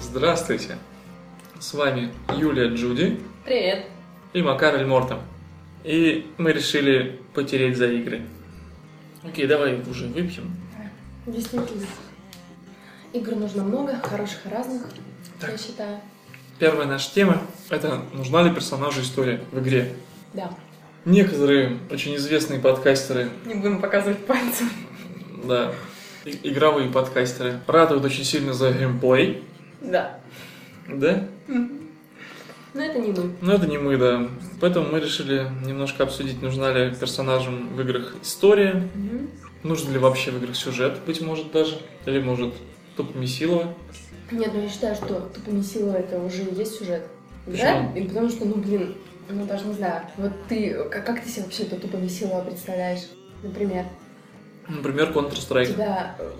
Здравствуйте! С вами Юлия Джуди Привет. и Макар Эль Мортом. И мы решили потереть за игры. Окей, давай уже выпьем. Действительно. Игр нужно много, хороших и разных, я Так. считаю. Первая наша тема – это нужна ли персонажу история в игре. Да. Некоторые очень известные подкастеры, Не будем показывать пальцем. да, и- игровые подкастеры, радуют очень сильно за геймплей, Да. да? Но это не мы. Но это не мы, да. Поэтому мы решили немножко обсудить, нужна ли персонажам в играх история, нужен ли вообще в играх сюжет, быть может даже, или может тупо месилово. Нет, ну я считаю, что тупыми сила это уже и есть сюжет. Да? Почему? И потому что, ну блин, ну даже не знаю. Вот ты, к- как, ты себе вообще эту тупыми силу представляешь? Например, Например, у Counter-Strike. тебя, э,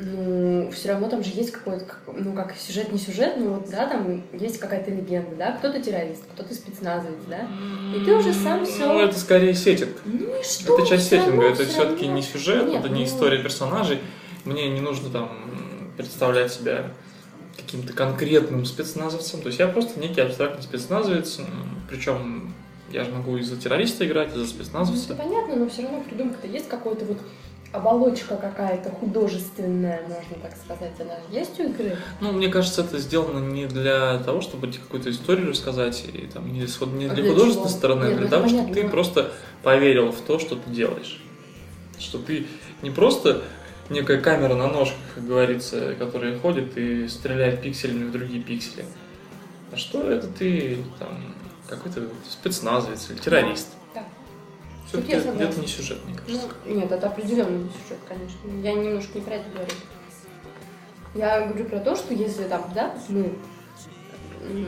ну, все равно там же есть какой-то, как- ну, как сюжет, не сюжет, но вот, да, там есть какая-то легенда, да, кто-то террорист, кто-то спецназовец, да, И ты уже сам всё- Ну, это скорее сетинг. Ну и что? Это часть Всё равно, сеттинга, это всё все-таки равно. не сюжет, Нет, это не ну- история персонажей. Мне не нужно там представлять себя каким-то конкретным спецназовцем. То есть я просто некий абстрактный спецназовец, причем я же могу и за террориста играть, и за Ну, спецназовца. это понятно, но все равно придумка-то есть какой-то вот оболочка какая-то художественная, можно так сказать, она же есть у игры. Ну, мне кажется, это сделано не для того, чтобы тебе какую-то историю рассказать, и там не, с- не А для, для художественной чего? стороны, Нет, а ну для это того, чтобы понятно, ты но- просто поверил в то, что ты делаешь. Что ты не просто некая камера на ножках, как говорится, которая ходит и стреляет пикселями в другие пиксели. А что это ты там какой-то спецназовец или террорист? Да. Все-таки Я это согласна. где-то не сюжет, мне Ну, кажется. нет, это определенный сюжет, конечно. Я немножко не про это говорю. Я говорю про то, что если там, да, мы м,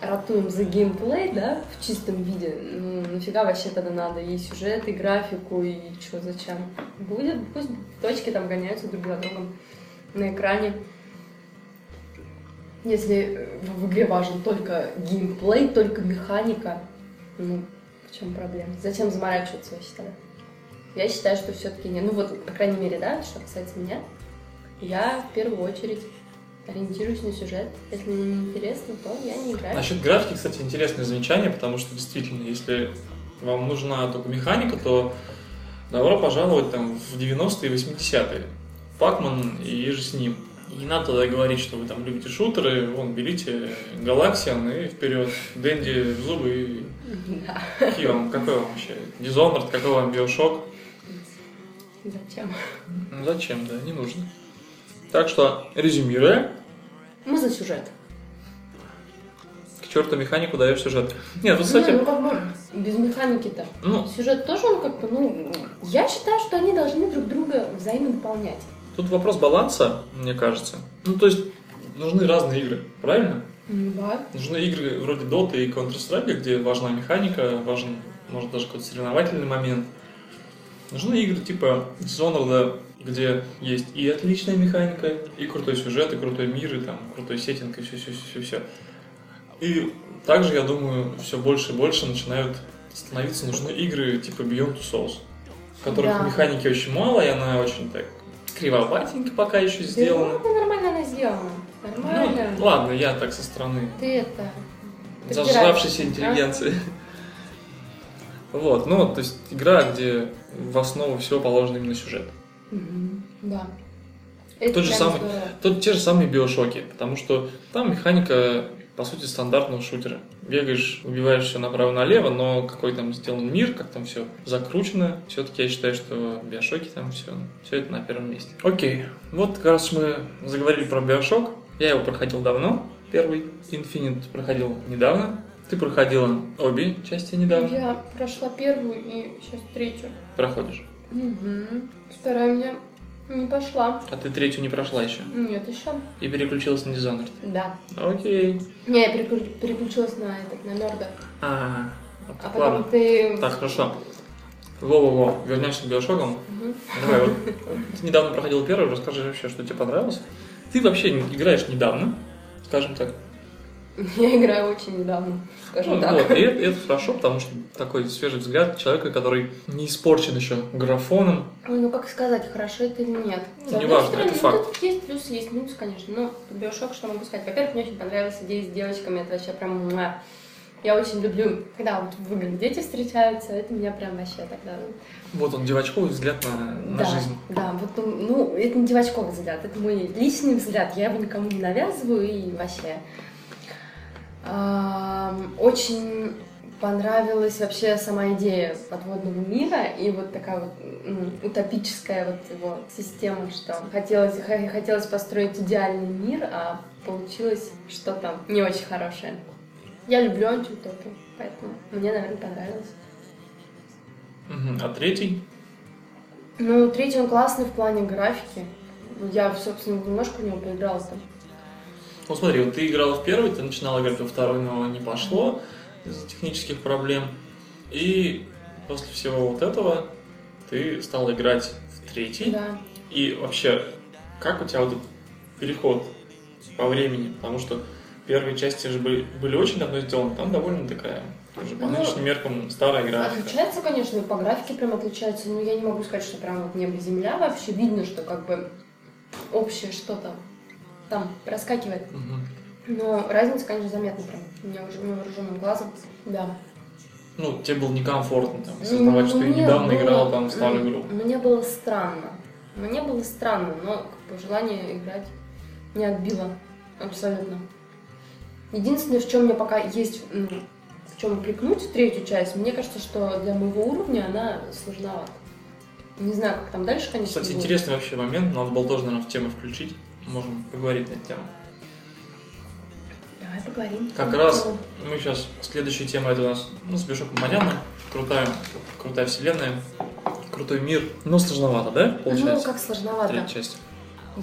ратуем за геймплей, да, в чистом виде, ну, нафига вообще тогда надо и сюжет, и графику, и что зачем. Будет, пусть точки там гоняются друг за другом на экране. Если э, в в игре важен только геймплей, только механика, ну, в чем проблема? Зачем заморачиваться, я считаю? Я считаю, что все-таки не. Ну вот, по крайней мере, да, что касается меня, я в первую очередь ориентируюсь на сюжет. Если мне не интересно, то я не играю. Насчет графики, кстати, интересное замечание, потому что действительно, если вам нужна только механика, то добро пожаловать там в 90-е и 80-е. Пакман и же с ним. И не надо тогда говорить, что вы там любите шутеры, вон, берите Галаксиан и вперед. Дэнди в зубы Да. и какие вам, какой вам вообще? Dishonored, какой вам биошок? Зачем? Ну, зачем, да, не нужно. Так что, резюмируя, Мы за сюжет. к черту механику даешь сюжет. Нет, вот, кстати, Не, ну как бы без механики-то. ну, Сюжет тоже он как бы, ну, я считаю, что они должны друг друга взаимодополнять. Тут вопрос баланса, мне кажется. Ну, то есть, нужны разные игры, правильно? Да. Нужны игры вроде Dota и Counter-Strike, где важна механика, важен, может, даже какой-то соревновательный момент. Нужны игры типа Dishonored, где есть и отличная механика, и крутой сюжет, и крутой мир, и там крутой сеттинг, и все, все, все, все. И также, я думаю, все больше и больше начинают становиться нужны игры типа Beyond Two Souls, в которых Да. механики очень мало, и она очень так кривоватенько пока еще сделана. Ну, нормально она сделана. Нормально. Ну, ладно, я так со стороны Ты это... Подбираешь. зажравшейся А? интеллигенции. Вот, ну, то есть игра, где в основу всего положен именно сюжет. Мгм. Да. Это Тот же прям самый- здорово. Тут те же самые биошоки, потому что там механика, по сути, стандартного шутера. Бегаешь, убиваешь все направо-налево, но какой там сделан мир, как там все закручено. Все-таки я считаю, что биошоки там все, все это на первом месте. Окей, вот как раз мы заговорили про биошок. Я его проходил давно, первый. Infinite проходил недавно. Ты проходила обе части недавно. Я прошла первую и сейчас третью. Проходишь. Угу. Вторая у меня не пошла. А ты третью не прошла еще. Нет, еще. И переключилась на Dishonored. Да. Окей. Не, я переклю- переключилась на этот, на нерда. А, А так, потом ладно. ты... Так, хорошо. Во-во-во, вернемся к биошокам. Мгм. Давай, вот ты недавно проходил первый, расскажи вообще, что тебе понравилось. Ты вообще не- играешь недавно, скажем так. Я играю очень недавно, скажем Ну, так. вот, и это, это хорошо, потому что такой свежий взгляд человека, который не испорчен еще графоном. Ой, ну как сказать, хорошо это или нет. С Не одной важно, стороны, это ну, факт. Тут есть плюс, есть минус, конечно. Но биошок, что могу сказать? Во-первых, мне очень понравилась идея с девочками. Это вообще прям... муа. Я очень люблю, когда вот в играх дети встречаются, это меня прям вообще тогда... ну, Вот он, девочковый взгляд на, на да, жизнь. да, вот, ну, ну, это не девочковый взгляд, это мой личный взгляд, я его никому не навязываю и вообще. Ам, Очень понравилась вообще сама идея подводного мира и вот такая вот м, утопическая вот его система, что хотелось, х- хотелось построить идеальный мир, а получилось что-то не очень хорошее. Я люблю антиутопию, поэтому мне, наверное, понравилось. Мгм. А третий? Ну, третий он классный в плане графики. Я, собственно, немножко в него поиграла там. Ну смотри, вот ты играла в первый, ты начинала играть во второй, но не пошло из-за технических проблем. И после всего вот этого ты стала играть в третий. Да. И вообще, как у тебя вот этот переход по времени? Потому что первые части же были, были очень давно сделаны, там довольно такая, уже по Ну, нынешним меркам, старая графика. Отличается, конечно, и по графике прям отличается, но я не могу сказать, что прям вот небо и земля вообще. Видно, что как бы общее что-то там проскакивает. Мгм. Но разница, конечно, заметна прям невооруженным глазом. Да. Ну, тебе было некомфортно Ну, там, осознавать, что ты Мне недавно было- играл там в старую игру. Мне было странно. Мне было странно, но как бы, желание играть не отбило абсолютно. Единственное, в чем мне пока есть м, в чем упрекнуть третью часть, мне кажется, что для моего уровня она сложновата. Не знаю, как там дальше, конечно. Кстати, будет. интересный вообще момент, надо было тоже, наверное, в тему включить. Можем поговорить на эту тему. Давай поговорим. Как раз Ну, мы сейчас, следующая тема, это у нас, ну, с Бешоком понятно, крутая, крутая вселенная, крутой мир, но сложновато, да, Ну, получается? как сложновато. Третья часть.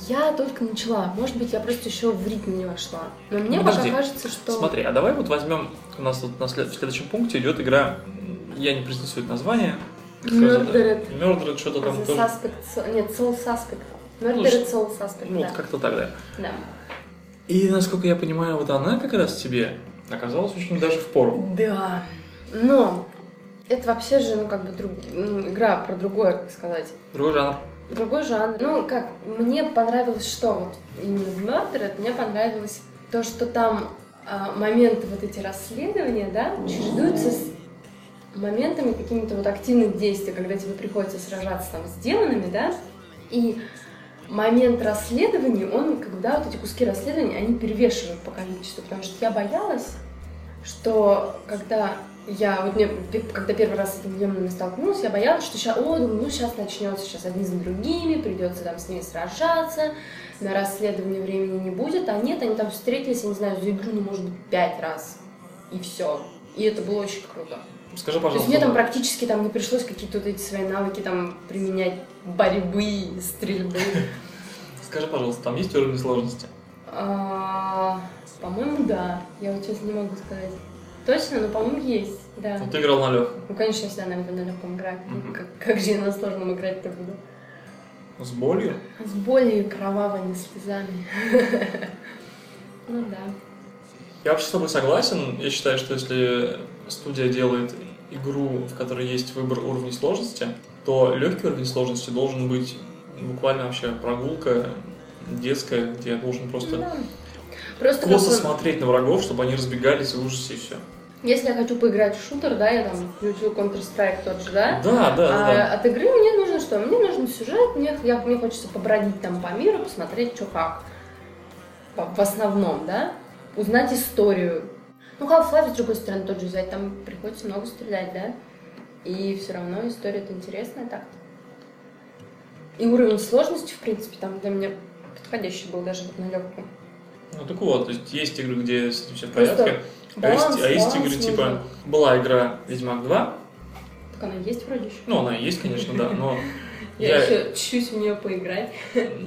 Я только начала. Может быть, я просто еще в ритм не вошла. Но мне Ну, Подожди. пока кажется, что... Смотри, а давай вот возьмем, у нас тут на след- в следующем пункте идет игра, м, я не произнесу это название. Murdered. Мердред, что-то там The тоже. Suspect, so- нет, Soul Suspect. Ну, Murder ш- at Soul Suspect, Ну, да. вот как-то так, да. Да. И, насколько я понимаю, вот она как раз тебе оказалась очень даже в пору. Да. Но это вообще же, ну, как бы, друг- ну, игра про другое, как сказать. Другой жанр. Другой жанр. Ну, как, мне понравилось, что вот именно в Murdered, мне понравилось то, что там а, моменты вот эти расследования, да, чередуются с моментами какими-то вот активных действий, когда тебе приходится сражаться там с демонами, да, и момент расследований, он, когда вот эти куски расследований, они перевешивают по количеству, потому что я боялась, что когда я, вот мне, пе- когда первый раз с этими демонами столкнулась, я боялась, что сейчас, о, думаю, ну сейчас начнется, сейчас одни за другими, придется там с ней сражаться, на расследование времени не будет, а нет, они там встретились, я не знаю, за игру, ну, может быть, пять раз, и все. И это было очень круто. Скажи, То есть пожалуйста. мне там практически там не пришлось какие-то вот эти свои навыки там применять борьбы, стрельбы. Скажи, пожалуйста, там есть уровень сложности? А, По-моему, да. Я вот сейчас не могу сказать. Точно, но, по-моему, есть. Да. Вот ты играл на легком. Ну, конечно, я всегда, наверное, на легком играю. Ну, Мгм. Как, как же я на сложном играть-то буду? С болью? С болью и кровавыми слезами. Ну да. Я вообще с тобой согласен. Я считаю, что если студия делает игру, в которой есть выбор уровней сложности, то легкий уровень сложности должен быть буквально вообще прогулка детская, где я должен просто Ну Да. Просто косо как бы, смотреть на врагов, чтобы они разбегались в ужасе и все. если я хочу поиграть в шутер, да, я там включу Counter-Strike тот же, да? Да, да, да. А от игры мне нужно что? Мне нужен сюжет, мне, я, мне хочется побродить там по миру, посмотреть, что как. По- В основном, да? Узнать историю. Ну, Half-Life, с другой стороны, тот же взять, там приходится много стрелять, да? И все равно история-то интересная так И уровень сложности, в принципе, там для меня подходящий был даже вот на легком. Ну так вот, то есть есть игры, где с этим все в Просто порядке. А есть, а есть игры типа была игра Ведьмак 2, Так она есть вроде еще. ну она и есть, конечно, да, но Я, еще чуть-чуть в нее поиграть.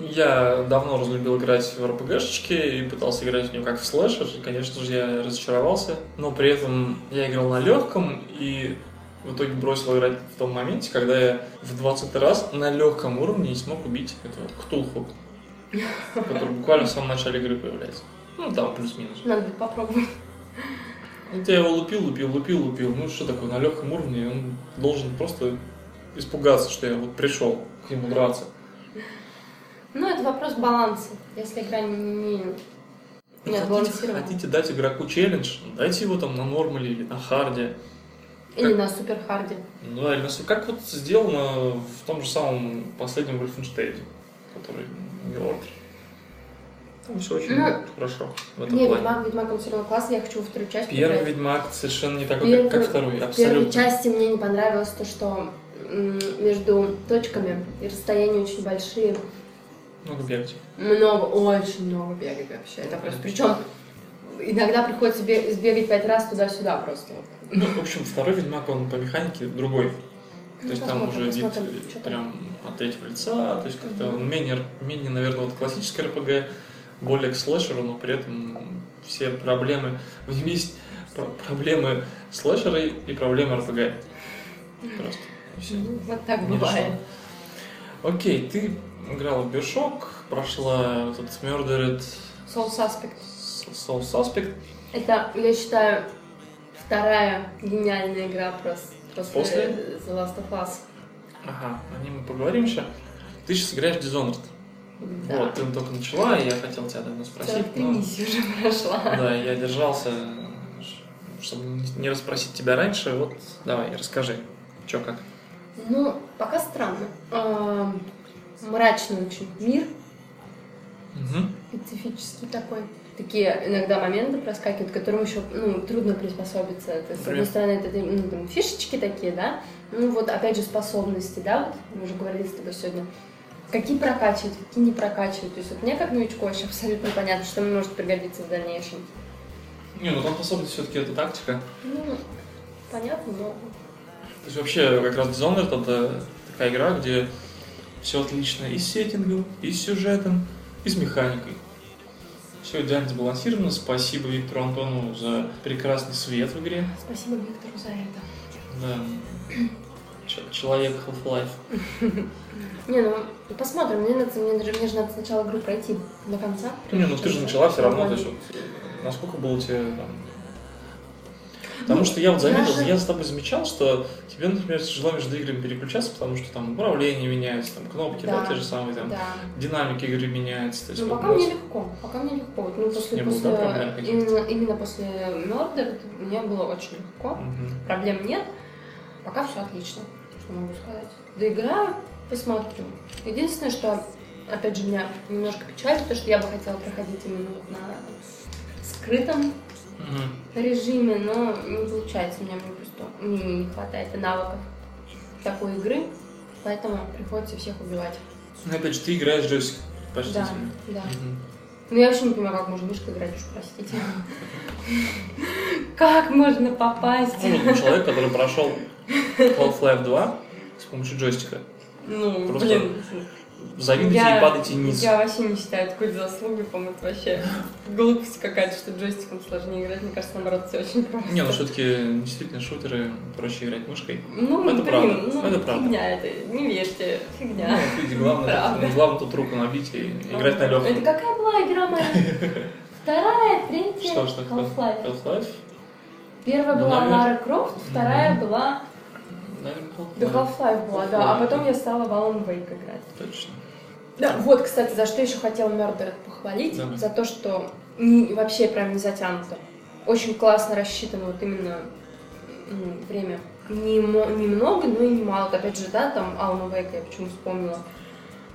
Я давно разлюбил играть в РПГшечки и пытался играть в нее как в слэшер. И, конечно же, я разочаровался. Но при этом я играл на легком и в итоге бросил играть в том моменте, когда я в 20 раз на легком уровне не смог убить этого ктулху, который буквально в самом начале игры появляется. Ну, там плюс-минус. Надо будет попробовать. Вот я его лупил, лупил, лупил, лупил. Ну, что такое, на легком уровне он должен просто испугаться, что я вот пришел к нему драться. Ну, это вопрос баланса. Если игра не... Ну, не хотите, отбалансирована. хотите дать игроку челлендж, Ну, дайте его там на нормале или на харде. Или на суперхарде. Ну да, или на су- как вот сделано в том же самом последнем Wolfenstein, который New Order. Там все очень Ну, хорошо в этом Нет, плане. Ведьмак, Ведьмак он все равно классный, я хочу во вторую часть Первый поиграть. Ведьмак совершенно не такой, Первый- как, как второй, В первой абсолютно. части мне не понравилось то, что м, между точками и расстояния очень большие. Много бегать. Много, очень много бегать вообще. Это просто. Причем иногда приходится бе- сбегать пять раз туда-сюда просто. Ну, в общем, второй Ведьмак, он по механике другой. То Ну, есть там уже посмотрим, вид посмотрим, э, что там. прям от третьего лица, то есть как-то он менее, менее, наверное, вот классическое РПГ, более к слэшеру, но при этом все проблемы, в нем есть про- проблемы слэшера и проблемы РПГ. Просто. и всё. Ну, Вот так Не бывает. решено. Окей, ты играла в Bioshock, прошла этот Murdered Soul Suspect. Soul Suspect Это, я считаю, вторая гениальная игра просто. После, После? э, The Last of Us. Ага, о ней мы поговорим еще. Ты сейчас играешь в Dishonored. Да. Вот, ты только начала, и я хотел тебя давно Целых спросить, три но... миссии уже прошла. Да, я держался, ш- чтобы не расспросить тебя раньше. Вот, давай, расскажи, чё как. Ну, пока странно. Эм, Мрачный очень мир, специфический такой. Такие иногда моменты проскакивают, к которым еще ну, трудно приспособиться. То есть, с одной Например? стороны, это ты, ну, там, фишечки такие, да, ну вот опять же способности, да, вот мы уже говорили с тобой сегодня, какие прокачивать, какие не прокачивать. То есть вот мне как новичку вообще абсолютно понятно, что мне может пригодиться в дальнейшем. Не, ну там способность все таки это тактика. Ну, понятно, но То есть вообще как раз Dishonored это такая игра, где все отлично и с сеттингом, и с сюжетом, и с механикой. Все идеально сбалансировано. Спасибо Виктору Антону за прекрасный свет в игре. спасибо Виктору за это. Да. Ч- Человек Half-Life. Не, ну посмотрим, мне, надо, мне, даже, мне же надо сначала игру пройти до конца. Не, ну ты же начала все равно, то есть вот, насколько было тебе там... Потому Ну, что я вот заметил, даже- я с тобой замечал, что тебе, например, тяжело между играми переключаться, потому что там управление меняется, там кнопки, да, Да. те же самые, там Да. динамика игры меняется. То есть Ну, вот пока было- мне легко, пока мне легко. Вот, Ну, после, Не было, после- да, проблем каких-то? именно, именно после Murder мне было очень легко. Мгм. Проблем нет. Пока все отлично, что могу сказать. Доиграю, посмотрю. Единственное, что, опять же, меня немножко печалит, то, что я бы хотела проходить именно вот на скрытом Мгм. режиме, но не получается. У меня мне просто мне не хватает навыков такой игры, поэтому приходится всех убивать. Ну, Опять же, ты играешь джойстик почти. Да, сильно. да. Мгм. Ну, я вообще не понимаю, как можно мишкой играть, уж простите. Как можно попасть? Ну, вот человек, который прошел Half-Life 2 с помощью джойстика. Ну, Просто блин. Завидуйте я- и падайте вниз. Я вообще не считаю такой заслуги, по-моему, это вообще глупость какая-то, что джойстиком сложнее играть. Мне кажется, наоборот, все очень просто. Не, ну все-таки действительно шутеры проще играть мышкой. Ну, это блин, правда, ну, это правда. фигня это, не верьте, фигня. Ну, видите, главное, Правда. Ну, тут- главное тут руку набить и играть на Это легком. какая была игра моя? Вторая, третья, Что ж такое? Half-Life. Half-Life? Первая Ну, была наверное. Лара Крофт, вторая была... Наверное, Да, Half-Life. Half-Life была, да. А потом я стала в Alan Wake играть. Точно. Да, вот, кстати, за что еще хотела Мердера похвалить, Давай. за то, что не- вообще прям не затянуто. Очень классно рассчитано вот именно м, время. Не, мо- не много, но и не мало. Опять же, да, там Алана Вейка я почему вспомнила.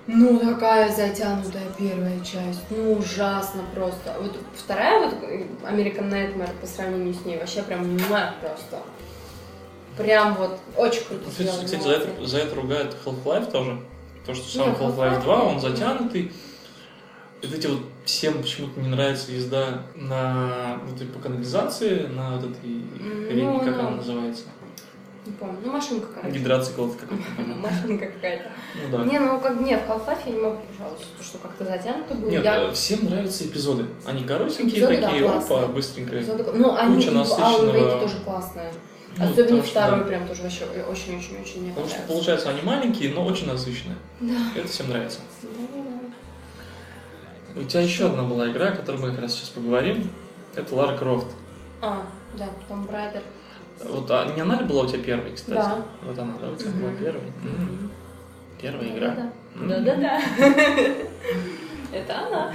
Ну, такая затянутая первая часть. Ну, ужасно просто. Вот вторая вот э, American Nightmare по сравнению с ней вообще прям муа просто. Прям вот очень круто Кстати, сделано. кстати, за это, за это ругают Half-Life тоже. То, что сам Нет, Half-Life Half-Life, 2, он да. затянутый. И вот эти вот всем почему-то не нравится езда на вот этой по канализации, на вот этой рейке, как ну. она называется. Не помню. Ну, машинка, короче. Гидроцикл, это как это по-моему. Машинка какая-то. Ну да. Не, ну как не, в Half-Life я не могу пожаловаться, потому что как-то затянуто было. Нет, я... э, всем нравятся эпизоды. Они коротенькие, Эпизоды, да, такие, опа, классные. быстренькие. Зато- Ну, они э, куча в насыщенного- Alan Wake тоже классные. Ну, Особенно потому что, да. второй прям тоже вообще очень-очень-очень мне Потому что, понравился. получается, они маленькие, но очень насыщенные. Это всем нравится. Да-да-да. У тебя еще одна была игра, о которой мы как раз сейчас поговорим. Это Лара Крофт. А, да, Tomb Raider. Вот а не она ли была у тебя первой, кстати? Да. Вот она, да, у тебя Мгм. была первой. М, Первая игра. Да-да-да. М. Да-да-да. Это она.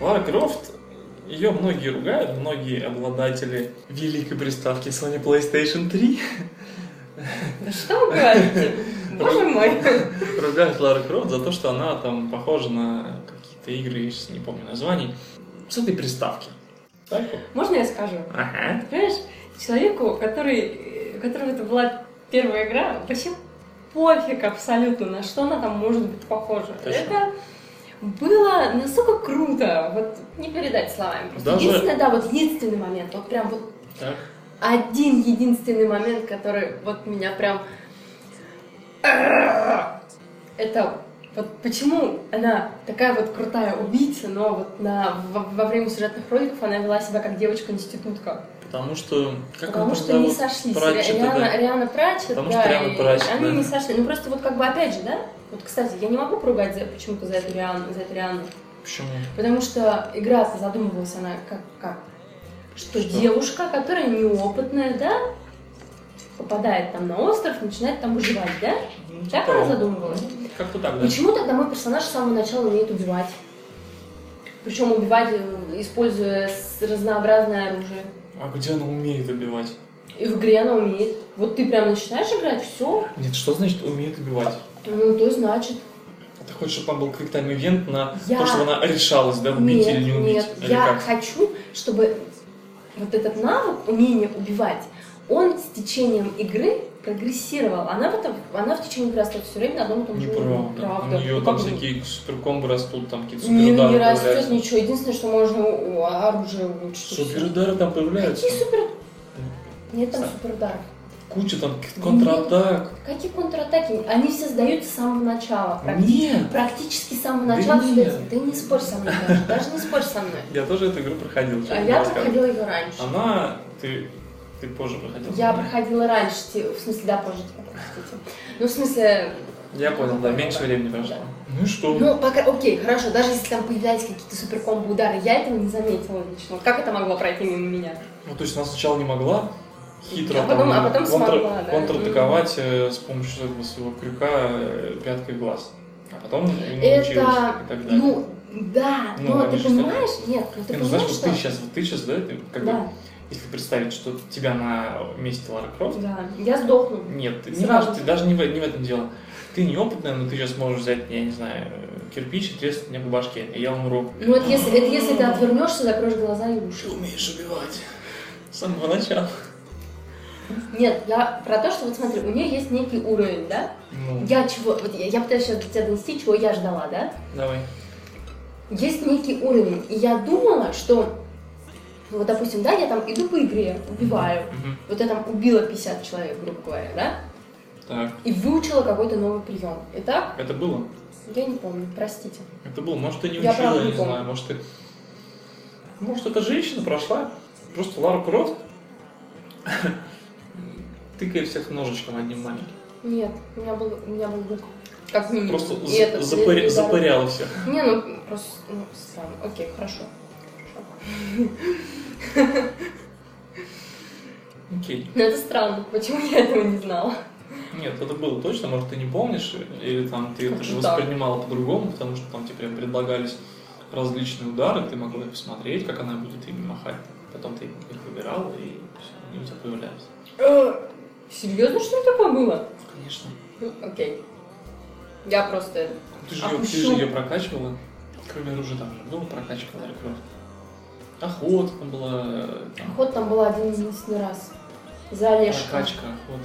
Лара Крофт, ее многие ругают, многие обладатели великой приставки Sony PlayStation 3 Да что вы говорите? Боже мой. ругают Лару Крофт за то, что она там похожа на какие-то игры, я сейчас не помню названий, с этой приставки. Так вот? Можно я скажу? Ага. Понимаешь, человеку, который, у которого это была первая игра, вообще пофиг абсолютно, на что она там может быть похожа. Точно. Это было настолько круто, вот не передать словами. Просто Даже- Единственное, да, вот единственный момент, вот прям вот Так. один единственный момент, который вот меня прям... Это вот почему она такая вот крутая убийца, но вот на, во, во время сюжетных роликов она вела себя как девочка-институтка. Потому что... Как Потому она что там не зовут? сошлись. Пратчетта, Риана, да. Риана Пратчетт, Потому да, что Риана и Пратчетт, они да. не сошлись. Ну просто вот как бы опять же, да? Вот, кстати, я не могу поругать за, почему-то за эту Риану, за эту Риану. Почему? Потому что игра задумывалась она как, как? Что, Что? девушка, которая неопытная, да, попадает там на остров, начинает там выживать, да? Ну, Так типа, она задумывалась? Как-то так, да. Почему тогда мой персонаж с самого начала умеет убивать? Причем убивать, э, используя с- разнообразное оружие. А где она умеет убивать? И в игре она умеет. Вот ты прям начинаешь играть, все. Нет, что значит умеет убивать? Ну, то значит. А Ты хочешь, чтобы там был quicktime ивент на Я- то, чтобы она решалась, да, убить нет, или не убить? нет, или я как? хочу, чтобы вот этот навык, умение убивать, он с течением игры прогрессировал. Она в, этом, она в течение игры остается все время на одном и том же уровне. Неправда. Правда. У нее Ну, там как бы, всякие суперкомбы растут, там какие-то не, суперудары не растет появляются. ничего. Единственное, что можно о, оружие улучшить. и всё. Суперудары там появляются. Какие супер... Нет там Да. суперударов. Куча там каких-то контратак. Какие контратаки? Они все сдаются с самого начала. Ну, Нет! Практически с самого Да начала нет. сюда. Ты не спорь со мной даже, даже не спорь со мной. Я тоже эту игру проходил. честно А я расскажу. проходила ее раньше. А Она... Ты... Ты позже проходил. Я проходила раньше, те- в смысле, да, позже, типа, простите. Ну, в смысле, Я понял, да, меньше времени прошло. Ну и что? ну, пока, окей, хорошо, даже если там появлялись какие-то суперкомбо удары, я этого не заметила лично. Как это могло пройти мимо меня? Ну, то есть она сначала не могла хитро А потом- там а потом смогла, да. контратаковать э, с помощью этого своего крюка э, пяткой в глаз. А потом научилась Это, и так далее. ну, да, Ну, но они ты же стали- понимаешь, нет, ну ты Не, ну, знаешь, понимаешь, вот что... ты сейчас, вот ты сейчас, да, ты как бы, Да, если представить, что тебя на месте Лара Крофт, да, я сдохну. нет, ты, не Сразу. важно, ты даже не в, не в этом дело. Ты неопытная, но ты сейчас можешь взять, я не знаю, э, кирпич и треснуть мне по башке, и я умру. Ну, это если, это если ты отвернешься, закроешь глаза и уши. умеешь убивать. С самого начала. Нет, я про то, что вот смотри, у нее есть некий уровень, да? Ну, Я чего, вот я, я пытаюсь сейчас до тебя донести, чего я ждала, да? давай. Есть некий уровень, и я думала, что, ну, вот допустим, да, я там иду по игре, убиваю, Мгм. вот я там убила 50 человек, грубо говоря, да? Так, И выучила какой-то новый прием. Итак, это было? я не помню, простите. Это было. Может, ты не Я учила, я, правда не не помню. знаю. Может, ты... Может, эта женщина прошла. Просто Лара Крофт тыкает всех ножичком одним маленьким. Нет, у меня был, у меня был лук. Как минимум. Просто И за- этот, запыря- и- и дорога. запыряла всех. Не, ну просто ну, странно. Окей, хорошо. Окей. Но Ну, это странно, почему я этого не знала. Нет, это было точно, может, ты не помнишь, или там ты это Как-то же так. воспринимала по-другому, потому что там тебе прям предлагались различные удары, ты могла посмотреть, как она будет ими махать. Потом ты их выбирала, и всё, они у тебя появлялись. Э, Серьезно, что ли такое было? Конечно. Ну, окей. Я просто... Ты А же, ее, ты еще- же её прокачивала. Кроме оружия там же было прокачивала Лара Крофт. Охота там была. э, Там, Охота там была один единственный раз. За Олежка. прокачка, охота.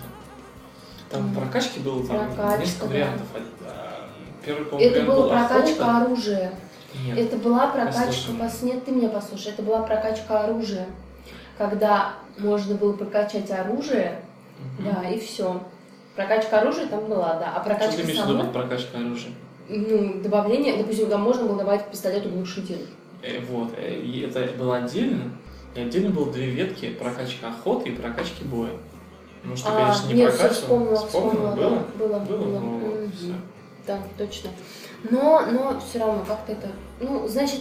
Там Мгм. прокачки было там Прокачка, несколько да. вариантов. А, Первый, по-моему, Это вариант была был прокачка охота. оружия. Нет. Это была прокачка... Послушай. пос- Нет, ты меня послушай. Это была прокачка оружия. Когда можно было прокачать оружие, Мгм. да, и все. Прокачка оружия там была, да. А Что ты прокачка имеешь в виду сама, под прокачкой оружия? ну, добавление, допустим, там можно было добавить пистолет-углушитель. Э, Вот. э, И это было отдельно. И отдельно было две ветки прокачка охоты и прокачки боя. Ну что, А, конечно, не нет, всё прокачивал. вспомнила, Вспомнила, вспомнила, было? да, было, Было, было. ну, Мгм. всё. Да, точно. Но, но все равно как-то это... Ну, значит,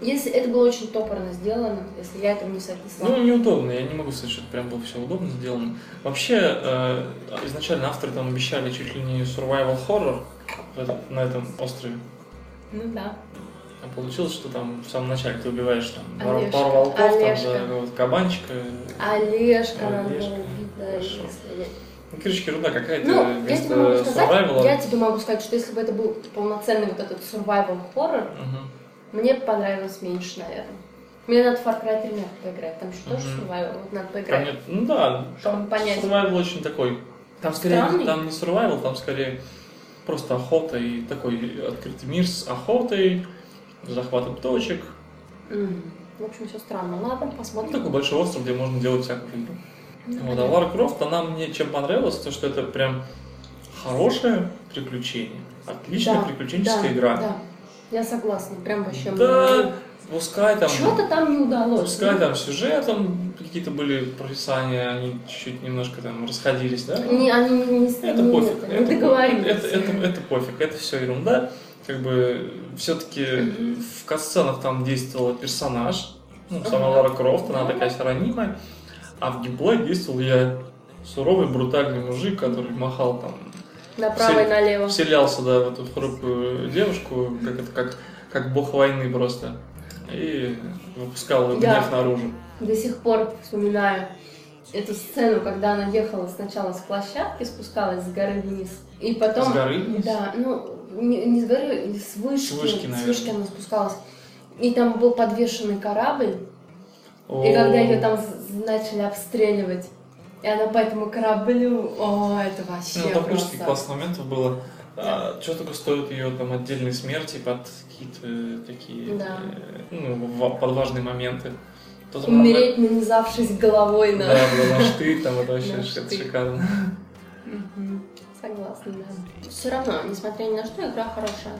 если это было очень топорно сделано, если я этому не соотнесла. Ну, неудобно, я не могу сказать, что это прям было все удобно сделано. Вообще, э, изначально авторы там обещали чуть ли не survival horror в этот- на этом острове. Ну да. А получилось, что там в самом начале ты убиваешь там, пару, Олежка, пару волков, там, Олежка. А за какого-то кабанчика. Олежка надо Олежка, было убить, да, хорошо. если я- Ну, короче, ерунда какая-то Ну, я вместо тебе могу сказать, survival. я тебе могу сказать, что если бы это был полноценный вот этот survival horror, мне бы понравилось меньше, наверное. Мне надо в Far Cry 3 надо поиграть, там же тоже Мгм. survival, вот надо Там поиграть. нет, ну да, там Чтобы понять. survival очень такой. Там скорее Странный? там не survival, там скорее просто охота и такой открытый мир с охотой, захватом точек. М, В общем, все странно. Ладно, Ну, посмотрим. такой большой остров, где можно делать всякую фигню. Ну, Вот, а понятно. Лара Крофт, она мне чем понравилась, то что это прям хорошее приключение, отличная Да, приключенческая да, игра. Да, я согласна, прям вообще. Да, пускай там, Что-то там не удалось. пускай ну. там сюжетом какие-то были профессания, они чуть-чуть немножко там расходились, да? Не, они не, не, Это не- пофиг. это, это не пофиг, договорились. Это, это, это пофиг, это все ерунда. Как бы все-таки Мгм. в катсценах там действовал персонаж, ну, сама Ага. Лара Крофт, она Да. такая вся ранимая, а в геймплей действовал я суровый, брутальный мужик, который махал там, Направо и все- налево. вселялся, да, в эту хрупкую девушку, как это, как, как бог войны просто, и выпускал её Да. гнев наружу. До сих пор вспоминаю эту сцену, когда она ехала сначала с площадки, спускалась с горы вниз, и потом... С горы вниз? Да, ну, не, не с горы, с вышки. С вышки, с наверное. вышки она спускалась. И там был подвешенный корабль, И О, когда ее там з- начали обстреливать, и она по этому кораблю, о, это вообще Ну, там просто... просто классных моментов было. что только стоит ее там отдельной смерти под какие-то э, такие Да. э, ну, ва- под важные моменты. То там Умереть, нанизавшись головой она- на... Да, да, на штырь, там это вообще На ш- это штырь. шикарно. Мгм. Согласна, да. Все равно, несмотря ни на что, игра хорошая.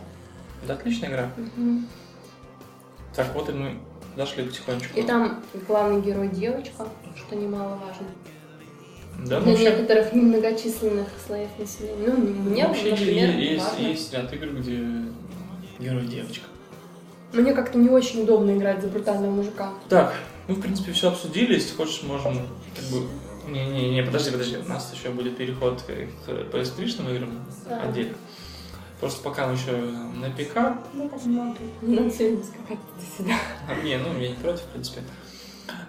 Это отличная игра. Мгм. Так вот и мы дошли потихонечку. И там главный герой девочка, что немаловажно. Да, ну, Для вообще, некоторых немногочисленных слоев населения. Ну, мне, вообще например, е- есть, важно. есть ряд игр, где герой девочка. Мне как-то не очень удобно играть за брутального мужика. Так, мы в принципе все обсудили, если хочешь, можем как бы. Не-не-не, подожди, подожди. У нас еще будет переход к к PS3-шным играм Да. отдельно. Просто пока мы еще на ПК. Ну, так много. Надо сегодня скакать до сюда. А, Не, ну я не против, в принципе.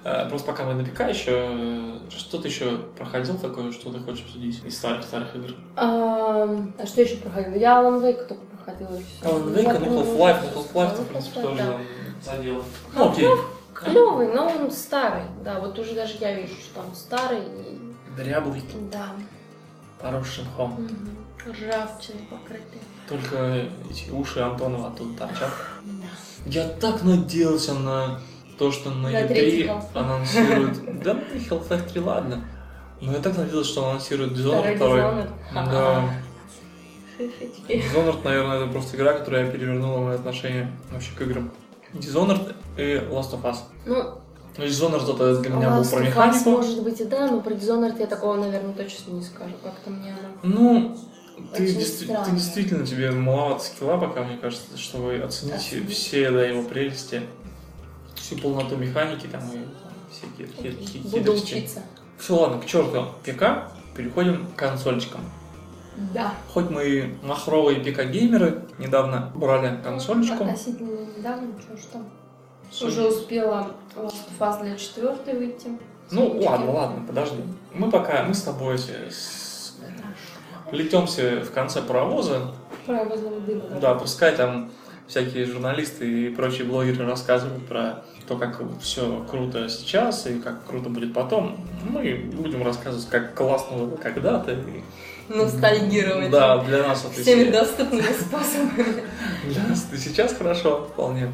Э, Просто пока мы на ПК еще что ты еще проходил такое, что ты хочешь обсудить из старых старых игр. Ам, А что еще проходила? Я Alan Wake только проходила. и всё. Alan Wake, Потом- Half Life, Half-Life, ты, в принципе, Half-Life, тоже да. нам задел. Ну, окей. Клевый, но он старый, да, вот уже даже я вижу, что он старый и... Дряблый, Да. поросшим хом. мгм, Ржавчиной покрытый. Только эти уши Антонова тут торчат. Да. Я так надеялся на то, что на На E3 третий Half-Life. анонсируют... Да, ну, Half-Life 3, ладно. Но я так надеялся, что анонсируют Dishonored 2. Дизайнер. Да. Шишечки. Dishonored, наверное, это просто игра, которая перевернула мои отношения вообще к играм. Dishonored и Last of Us. Ну, Ну, Dishonored это для меня был Last про of Us, механику. Ну, может быть и да, но про Dishonored я такого, наверное, точно не скажу. Как-то мне она... Ну, ты, Очень действи- ты странно. действительно, тебе маловато скилла пока, мне кажется, чтобы оценить Оценить. все да, его прелести, всю полноту механики там и там, всякие хи- хи- Буду хитрости. учиться. Все, ладно, к черту ПК, переходим к консольчикам. Да. Хоть мы и махровые ПК-геймеры, недавно брали консольчику. Относительно недавно, что ж там. Судя- Уже успела Last of Us для четвертой выйти. Ну, ладно, ладно, подожди. Мы пока, мы с тобой э, с- плетемся в конце паровоза. Про возлого дыма, да? Да, пускай там всякие журналисты и прочие блогеры рассказывают про то, как все круто сейчас и как круто будет потом. Мы будем рассказывать, как классно было когда-то. и- Ностальгировать. Да, для нас это Всеми и- доступными способами. Для нас ты сейчас хорошо, вполне.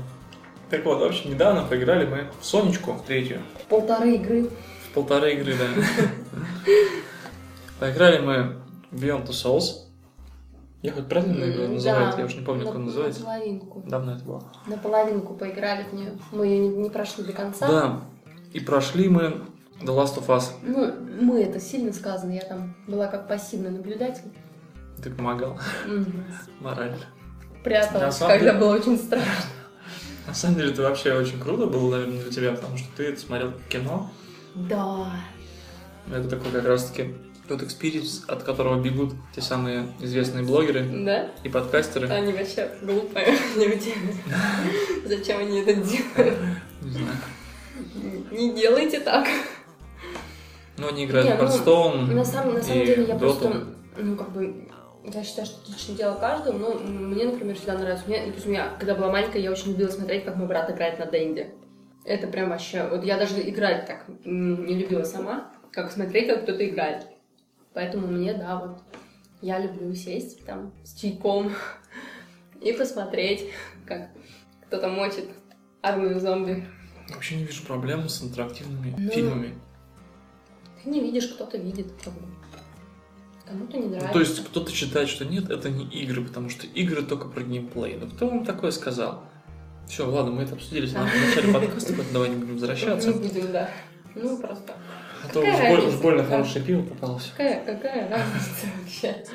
Так вот, в общем, недавно поиграли мы в Сонечку третью. Полторы игры. В полторы игры, да. Поиграли мы в Beyond the Souls. Я хоть правильно ее называю? Да. Ну, Я уже не помню, как он называется. На половинку. Давно это было. На половинку поиграли в нее. Мы ее не, не прошли до конца. Да. И прошли мы The Last of Us. Ну, мы это сильно сказано. Я там была как пассивный наблюдатель. Ты помогал Мгм. морально. На Пряталась, самом когда деле- было очень страшно. На самом деле, это вообще очень круто было, наверное, для тебя, потому что ты это смотрел кино. Да. Это такой как раз-таки тот экспириенс, от которого бегут те самые известные блогеры Да? и подкастеры. Они вообще глупые люди. Зачем они это делают? Не знаю. Не делайте так. Но они играют Не, в ну, Hearthstone На самом, на самом и деле я Dota. просто, ну как бы, я считаю, что это личное дело каждого, но мне, например, всегда нравится. Мне, ну, то есть у меня, когда была маленькая, я очень любила смотреть, как мой брат играет на денде. Это прям вообще, вот я даже играть так м, не любила сама, как смотреть, как кто-то играет. Поэтому мне, да, вот, я люблю сесть там с чайком и посмотреть, как кто-то мочит армию зомби. Вообще не вижу проблем с интерактивными Ну, фильмами. Ты не видишь, кто-то видит. как бы. Кому-то не нравится. Ну, то есть кто-то считает, что нет, это не игры, потому что игры только про геймплей. Ну кто вам такое сказал? Все, ладно, мы это обсудили в самом начале подкаста, поэтому давай не будем Не возвращаться. будем, да. Ну, просто. А то уж, Какая боль- уж разница? больно хорошее пиво попалось. Какая, какая разница вообще?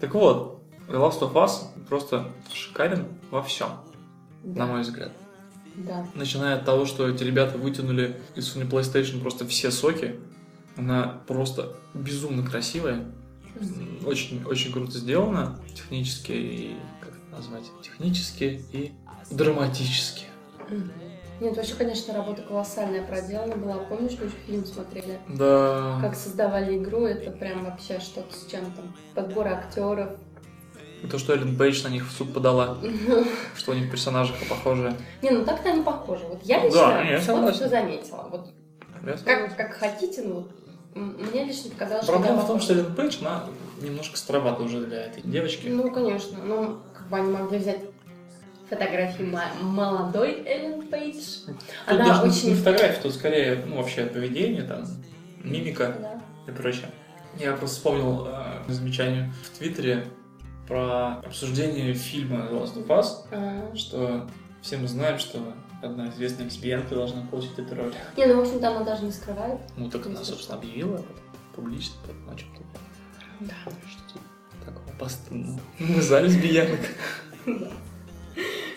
Так вот, The Last of Us просто шикарен во всем, на мой взгляд. Да. Начиная от того, что эти ребята вытянули из Sony PlayStation просто все соки. Она просто безумно красивая. М, Очень, очень круто сделана. Технически и... Как это назвать? Технически и драматически. Мгм. Нет, вообще, конечно, работа колоссальная проделана была. Помнишь, мы же фильм смотрели? Да. Как создавали игру, это прям вообще что-то с чем-то. Подбор актеров. И То, что Эллен Пейдж на них в суд подала, что у них персонажи похожие. Не, ну так-то они похожи. Вот я Да, лично я вот согласен. что заметила. Вот Я как, как хотите, ну вот м- мне лично показалось, что... Проблема я в том, похожа. что Эллен Пейдж, она немножко старовата уже для этой девочки. Ну, конечно. Ну, как бы они могли взять фотографии ма- молодой Эллен Пейдж. Тут Она даже не- не очень... фотография, тут скорее ну, вообще поведение, там, мимика. Да. и прочее. Я просто вспомнил э, замечание в Твиттере про обсуждение фильма The Last of Us, А, что все мы знаем, что одна известная лесбиянка должна получить эту роль. Не, ну, в общем-то, она даже не скрывает. Ну, так она, собственно, объявила об этом публично, ну, а поэтому о чем тут Да. что такого постыдного. ну, Мы за лесбиянок.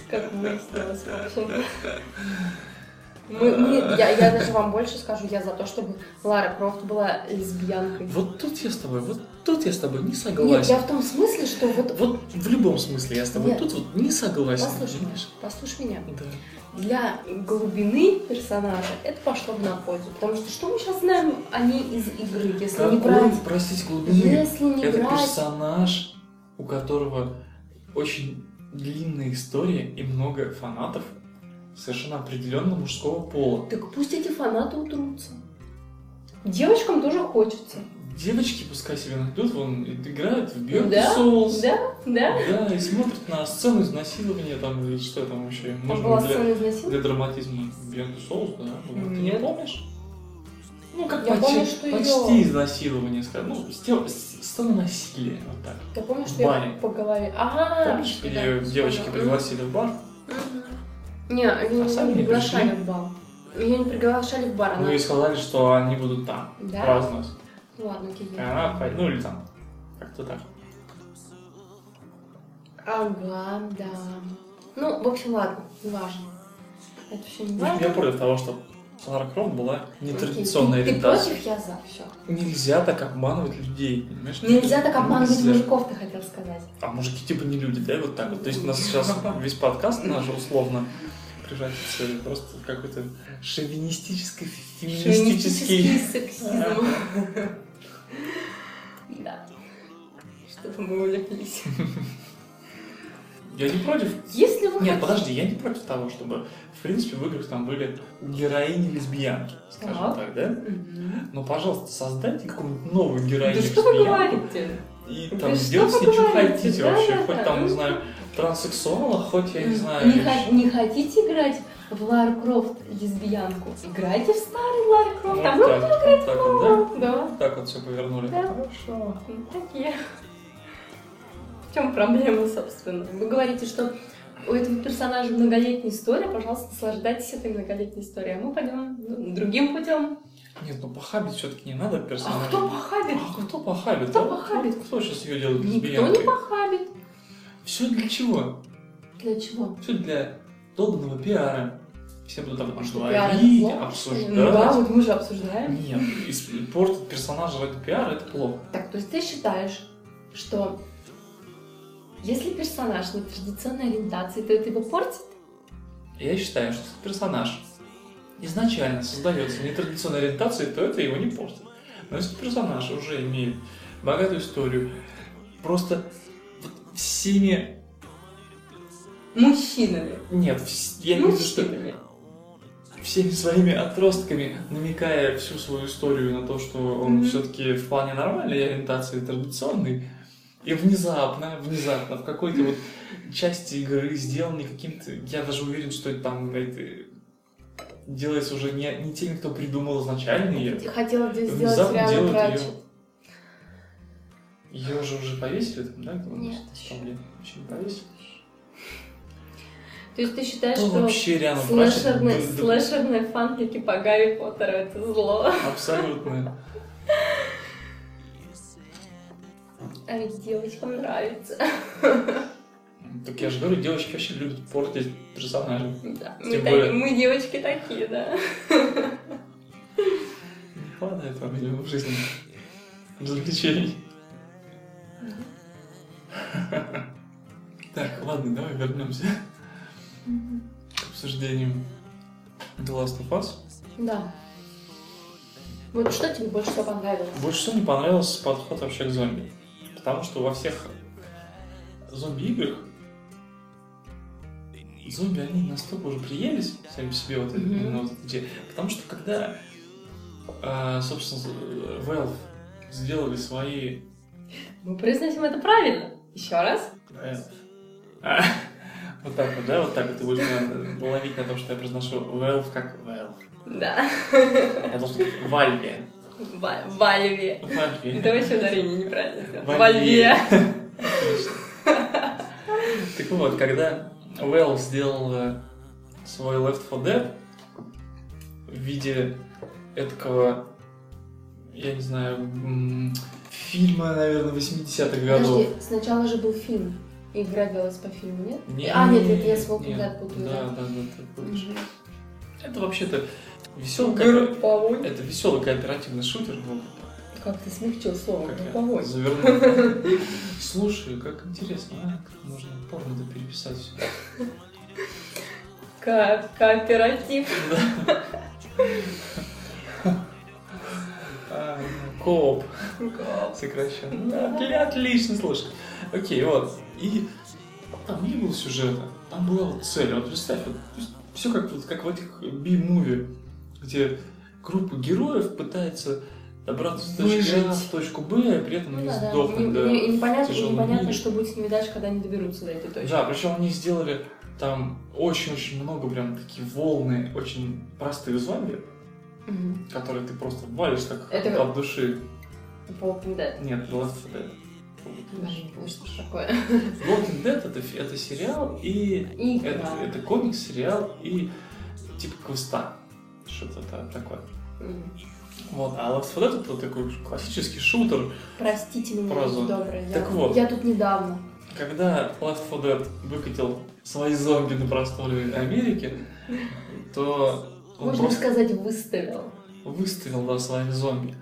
Как выяснилось, в общем-то. Ну, Мы, мы- я, я даже вам больше скажу, я за то, чтобы Лара Крофт была лесбиянкой. Вот тут я с тобой, вот тут я с тобой не Нет, я согласен. в том смысле, что вот... Вот в любом смысле я с тобой Нет. тут вот не согласен. Послушай меня, понимаешь? послушай меня. Да. Для глубины персонажа это пошло бы на пользу. Потому что что мы сейчас знаем о ней из игры, если не брать... Какой, простите, глубины? Если не Это брать... персонаж, у которого очень длинная история и много фанатов совершенно определенно мужского пола. Так пусть эти фанаты утрутся. Девочкам тоже хочется. Девочки пускай себе найдут, вон и играют в Beyond Да, Souls. Да? Да? Да, и смотрят на сцену изнасилования там или что там вообще. Там Может была быть, для, сцена изнасилования. для драматизма Beyond Souls, да? было. Ты не Нет. помнишь? Ну, как Я почти, помню, что её- почти изнасилование, скажем. Ну, сте- с- сцена насилия, вот так. Я помню, что в баре. я по голове. А, Помнишь, да, ее девочки вспомнила. пригласили в бар? Мгм. Не, они А её сами не не приглашали пришли? в бал. Ее не приглашали в бар, она... Ну и сказали, что они будут там Да? праздновать. Ну Ладно, окей. И я- она пой- ну или там, как-то так. Ага, да. Ну, в общем, ладно, не важно. Это все не В общем, важно. я против того, что Лара Крофт была нетрадиционной Окей, ты- ориентации. Ты против, я за, все. Нельзя так обманывать людей, понимаешь? Нельзя так обманывать Нельзя. мужиков, ты хотел сказать. А мужики типа не люди, да, и вот так вот. То есть у нас сейчас весь подкаст наш условно превратится просто в какой-то шовинистический, Шовинистический феминистический... сексизм. Да. Что-то мы увлеклись. Я не против Если вы Нет, хотите... подожди, я не против того, чтобы, в принципе, в играх там были героини лесбиянки, скажем Так. так, да? Мгм. Но, пожалуйста, создайте какую-нибудь новую героиню Да что вы лесбиянку говорите? и Да там что сделайте с ней вы что говорите? хотите Да, вообще, да, хоть да. там, не знаю, транссексуала, хоть, я не знаю, Не, или хо- ещё. не хотите играть в Лару Крофт лесбиянку? Играйте в старый Лару Крофт. вот а так, мы- вот так вот, Да. да? Так вот все повернули. Да. Хорошо. Ну, Такие. В чем проблема, собственно? Вы говорите, что у этого персонажа многолетняя история, пожалуйста, наслаждайтесь этой многолетней историей. А мы пойдем ну, другим путем. Нет, ну похабить все-таки не надо А персонажа. кто похабит? А кто похабит? Кто да? похабит? Кто, сейчас ее делает Никто не лесбиянкой? похабит. Все для чего? Для чего? Все для долбанного пиара. Все будут об этом Что, говорить, пиар это плохо, обсуждать. Ну да, вот мы же обсуждаем. Нет, ис- портить персонажа ради пиара это плохо. Так, то есть ты считаешь, что если персонаж на традиционной ориентации, то это его портит? Я считаю, что если персонаж изначально создается нетрадиционной ориентацией, то это его не портит. Но если персонаж уже имеет богатую историю, просто вот всеми... Мужчинами. Нет, вс- я Ну, не вижу, что... Мужчинами. всеми своими отростками, намекая всю свою историю на то, что он Мгм. все-таки в плане нормальной ориентации традиционный, и внезапно, внезапно, в какой-то вот части игры сделанный каким-то, я даже уверен, что это там это делается уже не, не теми, кто придумал изначально ее. Я Хотела бы сделать Внезапно реально делают трачу. ее. Ее уже уже повесили там, да? Нет. Там, где? Еще не повесили. То есть ты считаешь, Кто что Ну, вообще реально слэшерные, брачный был- слэшерные фанфики по Гарри Поттеру это зло? Абсолютно. А ведь девочкам нравится. Так я же говорю, девочки вообще любят портить персонажей. Да. Тем Мы, так- более- мы девочки такие, да. Не хватает вам, видимо, в жизни развлечений. Так, ладно, давай вернемся к обсуждению The Last of Us. Да. Вот что тебе больше всего понравилось? Больше всего мне понравился подход вообще к зомби. Потому что во всех зомби-играх зомби, они настолько уже приелись сами по себе, вот, Мгм. именно вот эти- Потому что когда, а, собственно, з- Valve сделали свои Мы произносим это правильно. Еще раз. Эльф. А, Вот так вот, да? Вот так вот ты будешь меня ловить на том, что я произношу Valve как Valve. Да. Я должен сказать Valve. Ва- Вальве. Valve. Это вообще ударение неправильно. сделано. Вальве. Вальве. Так вот, когда Valve сделала свой Left 4 Dead в виде этого, я не знаю, м, фильма, наверное, 80-х годов. Подожди, сначала же был фильм. Игра делалась по фильму, нет? Не- а, нет, не- это я смог нет. когда-то путаю. Да, да, да, ты путаешь. Это вообще-то веселый, Групповой. это веселый кооперативный шутер, ну, Как ты смягчил слово Ну, Как я групповой? завернул. Слушай, как интересно, а? Как можно порно переписать все. Ко- Кооператив. Кооп Класс. сокращенно. Да, отли- Отлично, слушай. Окей, вот. И там не было сюжета, там была вот цель. Вот представь, вот, все как, вот, как в этих би-муви, где группа героев пытается добраться с точки А Выжить. в точку Б, а при этом Ну не да, да. сдохнуть. Не- да. не- и непонятно, тяжелом непонятно, мире. что будет с ними дальше, когда они доберутся до этой точки. Да, причем они сделали там очень-очень много прям такие волны, очень простых зомби, Мгм. которые ты просто валишь так Это- от души. Walking Dead. Нет, The Last of Dead. Даже Ну, не слышно, что такое. Walking Dead это, фи- это сериал и... Игра. Это, это комикс, сериал и типа квеста. Что-то та- такое. Мгм. Вот, а Last of Dead это такой классический шутер, Простите меня, Про зомби. доброе. я- Так вот. Я тут недавно. Когда Left 4 Dead выкатил свои зомби на просторы Америки, то он Можно просто сказать, выставил. выставил да, своими зомби.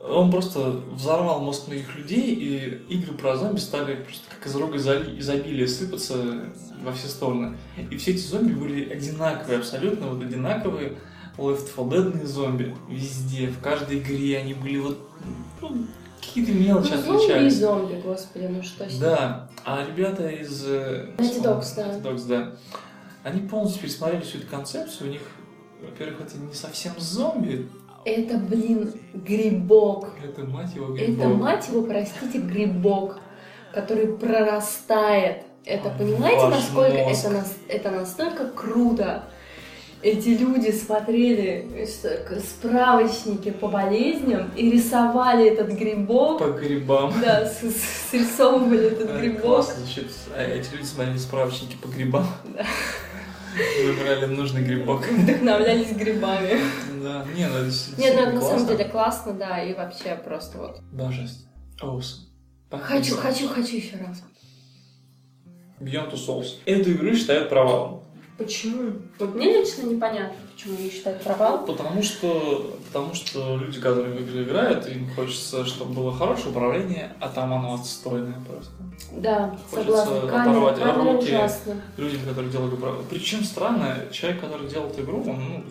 Он просто взорвал мозг многих людей, и игры про зомби стали просто как из рога изоли- изобилия сыпаться во все стороны. И все эти зомби были одинаковые, абсолютно вот одинаковые Left 4 Deadные зомби. Везде, в каждой игре они были вот ну, какие-то Ну, мелочи зомби и отличались. зомби, господи, ну что с ним? Да, а ребята из... э, Naughty Dogs, да. Naughty Dogs, да. Они полностью пересмотрели всю эту концепцию. У них, во-первых, это не совсем зомби, Это, блин, грибок. Это мать его Это, мать его, простите, грибок, который прорастает. Это, понимаете, Ваш насколько мозг. это, нас- это настолько круто? Эти люди смотрели с- к- справочники по болезням и рисовали этот грибок. По грибам. Да, с- с- срисовывали этот Э, а грибок. классно, значит, э, эти люди смотрели справочники по грибам. Выбрали нужный грибок. Вдохновлялись грибами. Да, не, ну это Нет, ну это на самом классно. деле классно, да, и вообще просто вот. Божественно. Awesome. Хочу, Похоже. хочу, хочу еще раз. Beyond Two Souls. Эту игру считают провалом. Почему? Вот мне лично непонятно, почему ее считают провал. Потому что, потому что люди, которые в игры играют, им хочется, чтобы было хорошее управление, а там оно отстойное просто. Да, Хочется согласна. Камера, оторвать камера руки. ужасна. Люди, которые делают игру... Причем странно, человек, который делает игру, он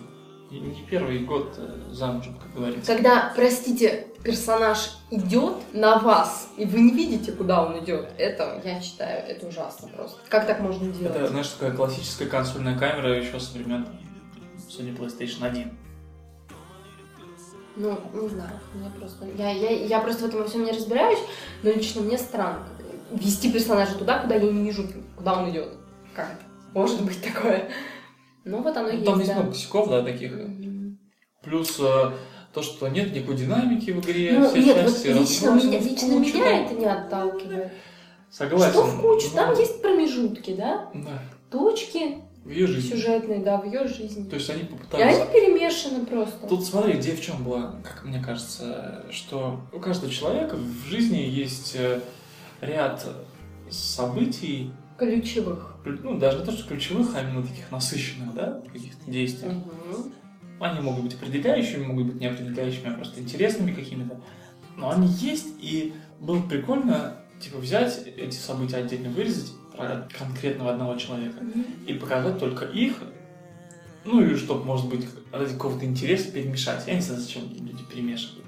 ну, не первый год э, замужем, как говорится. Когда, простите, персонаж идет на вас, и вы не видите, куда он идет, это, я считаю, это ужасно просто. Как так можно делать? Это, знаешь, такая классическая консольная камера еще со времен Sony PlayStation 1. Ну, не знаю, мне просто... Я, я, я просто в этом во всем не разбираюсь, но лично мне странно вести персонажа туда, куда я не вижу, куда он идет. Как? это? Может быть такое. Ну, вот оно и Ну, есть, Там есть да. много косяков, да, таких. Мгм. Плюс э, то, что нет никакой динамики в игре, Ну, все нет, вот части лично разбросаны меня, в лично кучу, меня там. это не отталкивает. Согласен. Что в кучу? Ну, Там есть промежутки, да? Да, Точки в ее жизни. сюжетные, да, в ее жизни. То есть они И попытались... они перемешаны просто. Тут смотри, идея в чем была, как мне кажется, что у каждого человека в жизни есть э, ряд событий, Ключевых. ключ- ну, даже не то, что ключевых, а именно таких насыщенных, да, каких-то действий. Мгм. Они могут быть определяющими, могут быть неопределяющими, а просто интересными какими-то. Но они есть, и было бы прикольно, типа, взять эти события отдельно вырезать про конкретного одного человека Мгм. и показать только их, ну и чтобы, может быть, ради какого-то интереса перемешать. Я не знаю, зачем люди перемешивают.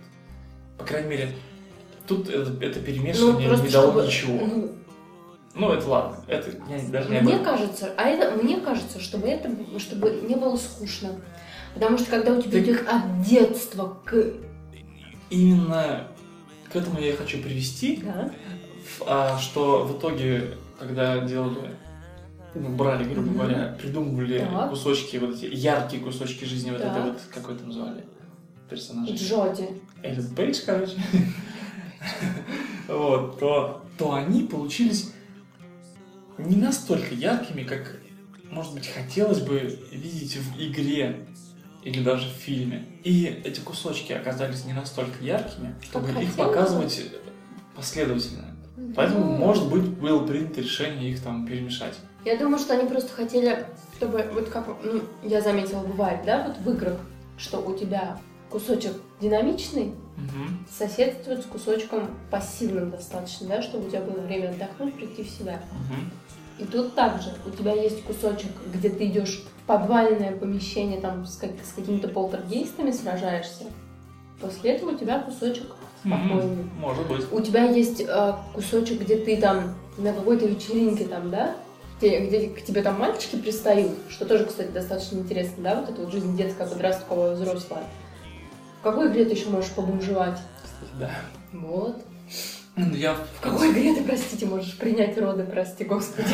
По крайней мере, тут это, это перемешивание не дало ничего. ну, Ну, это ладно. Это я не- даже не об Мне этом. кажется, а это, мне кажется, чтобы это чтобы не было скучно. Потому что когда у тебя Так- идет от детства к... Именно к этому я и хочу привести, Да? в- а, что в итоге, когда делали ну, брали, грубо Мгм. говоря, придумывали Так. кусочки, вот эти яркие кусочки жизни, вот это Так. вот, как вы это называли, персонажей. Джоди. Эллен Пейдж, короче, вот, то, то они получились не настолько яркими, как, может быть, хотелось бы видеть в игре или даже в фильме. И эти кусочки оказались не настолько яркими, чтобы Как их хотелось бы. показывать последовательно. Поэтому, Ну, может быть, было принято решение их там перемешать. Я думаю, что они просто хотели, чтобы, вот как, ну, я заметила, бывает, да, вот в играх, что у тебя кусочек динамичный соседствует с кусочком пассивным достаточно, да, чтобы у тебя было время отдохнуть, прийти в себя. Мгм. И тут также у тебя есть кусочек, где ты идешь в подвальное помещение, там с, как- с какими-то полтергейстами сражаешься. После этого у тебя кусочек спокойный. Мгм. Может быть. У тебя есть э, кусочек, где ты там на какой-то вечеринке там, да? Где, где к тебе там мальчики пристают, что тоже, кстати, достаточно интересно, да, вот эта вот жизнь детская, подростковая, взрослая. В какой игре ты еще можешь побомжевать? Кстати, да. Вот. Ну, Я в В какой игре ты, простите, можешь принять роды, прости господи?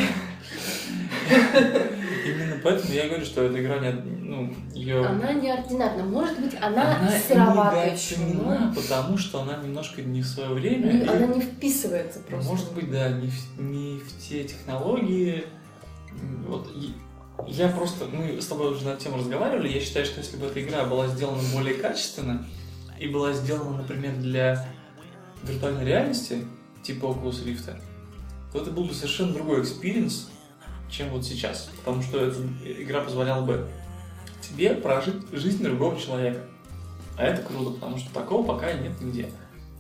Именно поэтому я и говорю, что эта игра не, од- ну, ее... Она неординарна. Может быть, она, сыроватая. недооценена, потому что она немножко не в свое время. Ну, и, Она не вписывается просто. Может быть, да, не в, не в те технологии. М, Вот, и- я просто... Мы с тобой уже на эту тему разговаривали. Я считаю, что если бы эта игра была сделана более качественно и была сделана, например, для виртуальной реальности, типа Oculus Rift, то это был бы совершенно другой экспириенс, чем вот сейчас. Потому что эта игра позволяла бы тебе прожить жизнь другого человека. А это круто, потому что такого пока нет нигде.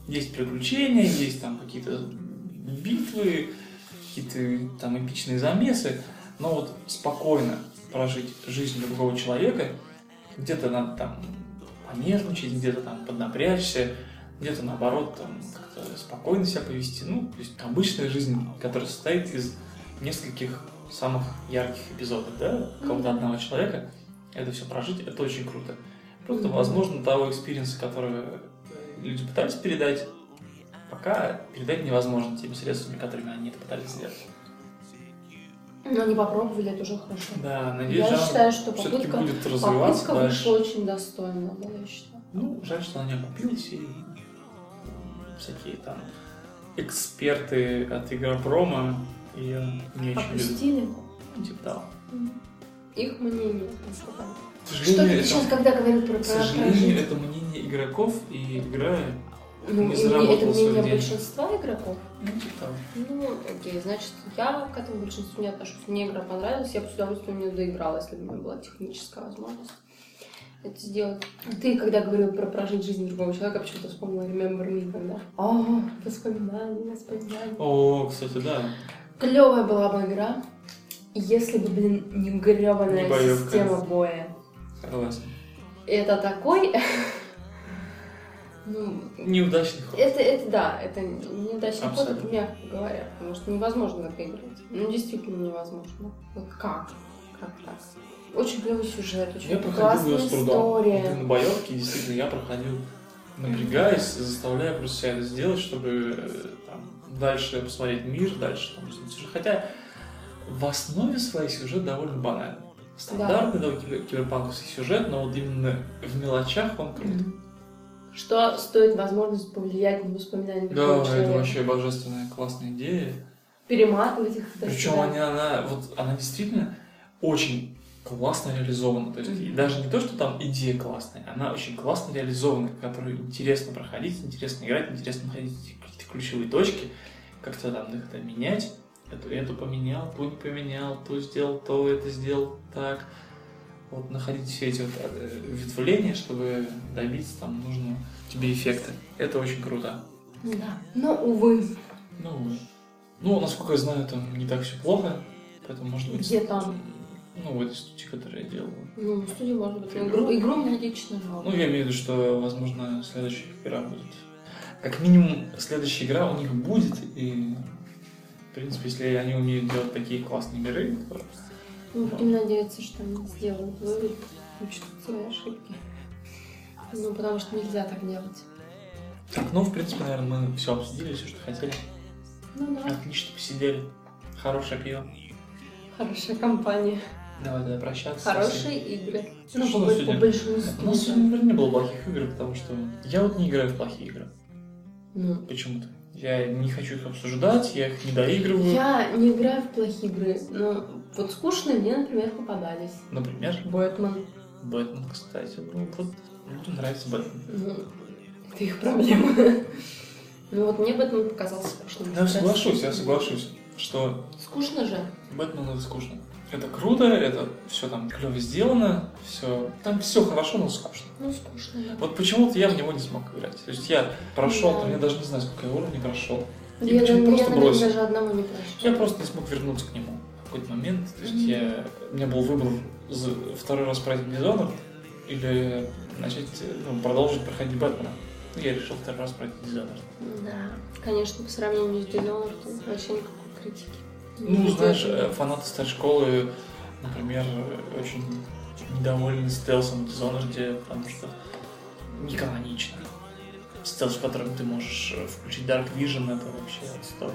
Есть приключения, есть там какие-то битвы, какие-то там эпичные замесы, но вот спокойно прожить жизнь другого человека, где-то надо там понервничать, где-то там поднапрячься, где-то наоборот там как-то спокойно себя повести. Ну, то есть обычная жизнь, которая состоит из нескольких самых ярких эпизодов, да, кого-то Мгм. одного человека, это все прожить, это очень круто. Просто, Мгм. возможно, того экспириенса, который э, люди пытались передать, пока передать невозможно теми средствами, которыми они это пытались сделать. Но они попробовали, это уже хорошо. Да, надеюсь, Я считаю, что все-таки попытка, будет развиваться попытка дальше. вышла очень достойно, да, я считаю. Ну, жаль, что она не окупилась, и всякие там эксперты от Игропрома ее не очень любят. Опустили. Ну, типа того. Мгм. их мнение. К Что сожалению, ты это- сейчас, когда говорил про к про- про сожалению, жизнь? это мнение игроков, и игра Ну, не и мне- заработал это свой мнение день. большинства игроков. ну, типа того. Ну, окей, значит, я к этому большинству не отношусь. Мне игра понравилась, я бы с удовольствием ее доиграла, если бы у меня была техническая возможность это сделать. Ты, когда говорил про прожить жизнь другого человека, почему-то вспомнила Remember Me тогда. О, воспоминания, воспоминания. О, кстати, да. Клевая была бы игра, если бы, блин, не гребаная Не боевка. система боя. Согласен. Это такой... Ну, Неудачный ход. это, это да, это неудачный ход, это Абсолютно. мягко говоря, потому что невозможно выиграть. Ну, действительно невозможно. Вот как? Как так? Очень клевый сюжет, очень Я проходил классная ее с трудом. история. На боевке действительно я проходил, напрягаясь, заставляя просто себя это сделать, чтобы э, там, дальше посмотреть мир, дальше там что-нибудь еще. Хотя в основе своей сюжет довольно банальный. Стандартный да. киберпанковский сюжет, но вот именно в мелочах он крут. Что стоит возможность повлиять на воспоминания Да, другого это человека? вообще божественная, классная идея. Перематывать их. так Причем сказать. они, она, вот, она действительно очень классно реализована. То есть и Мгм. даже не то, что там идея классная, она очень классно реализована, которую интересно проходить, интересно играть, интересно находить эти какие-то ключевые точки, как-то там их это менять. Эту, эту поменял, ту не поменял, ту сделал, то это сделал так. Вот находить все эти вот э, ветвления, чтобы добиться там нужного тебе эффекта. Это очень круто. Да. Но, увы, Ну, вот. ну, насколько я знаю, там не так все плохо, поэтому может быть. Где там? Ну, в этой студии, которую я делал. ну, студия может быть. но Игру, игру мне лично жалко. Ну, я имею в виду, что, возможно, следующая игра будет. Как минимум, следующая игра у них будет, и, в принципе, если они умеют делать такие классные миры, то... Ну, будем надеяться, что они сделают вывод, учтут свои ошибки. Ну, потому что нельзя так делать. Так, ну, в принципе, наверное, мы все обсудили, все, что хотели. Ну да, Отлично посидели. Хорошее пиво. хорошая компания, Давай тогда прощаться. Ну, хорошие игры. Ну, Что по, у нас бо- сегодня? по большинству. У нас да. сегодня, наверное, не было плохих игр, потому что я вот не играю в плохие игры. Ну, Почему-то. Я не хочу их обсуждать, я их не доигрываю. Я не играю в плохие игры, но вот скучные мне, например, попадались. Например, Бэтмен. Бэтмен, кстати. Ну, вот людям нравится Бэтмен. Ну, это их проблема. Ну вот мне Бэтмен показался скучным. Я соглашусь, я соглашусь, что Скучно же. Бэтмен это скучно. Это круто, это все там клево сделано, все. Там все хорошо, но скучно. Ну, скучно, да. Вот почему-то я в него не смог играть. То есть я прошел, Да. там, я даже не знаю, сколько я уровней прошел. И Я, почему я, просто наверное, бросил? даже одному не прошла. Я просто не смог вернуться к нему в какой-то момент. То есть Мгм. я, у меня был выбор за- второй раз пройти Дизонор или начать, э, ну, продолжить проходить Бэтмена. Ну, Я решил второй раз пройти Дизонор. Да, конечно, по сравнению с Дизонор, тут вообще никакой критики. Ну, знаешь, э, фанаты старой школы, например, э, очень недовольны стелсом в Dishonored, потому что не канонично. Стелс, в котором ты можешь э, включить Dark Vision, это вообще отстой.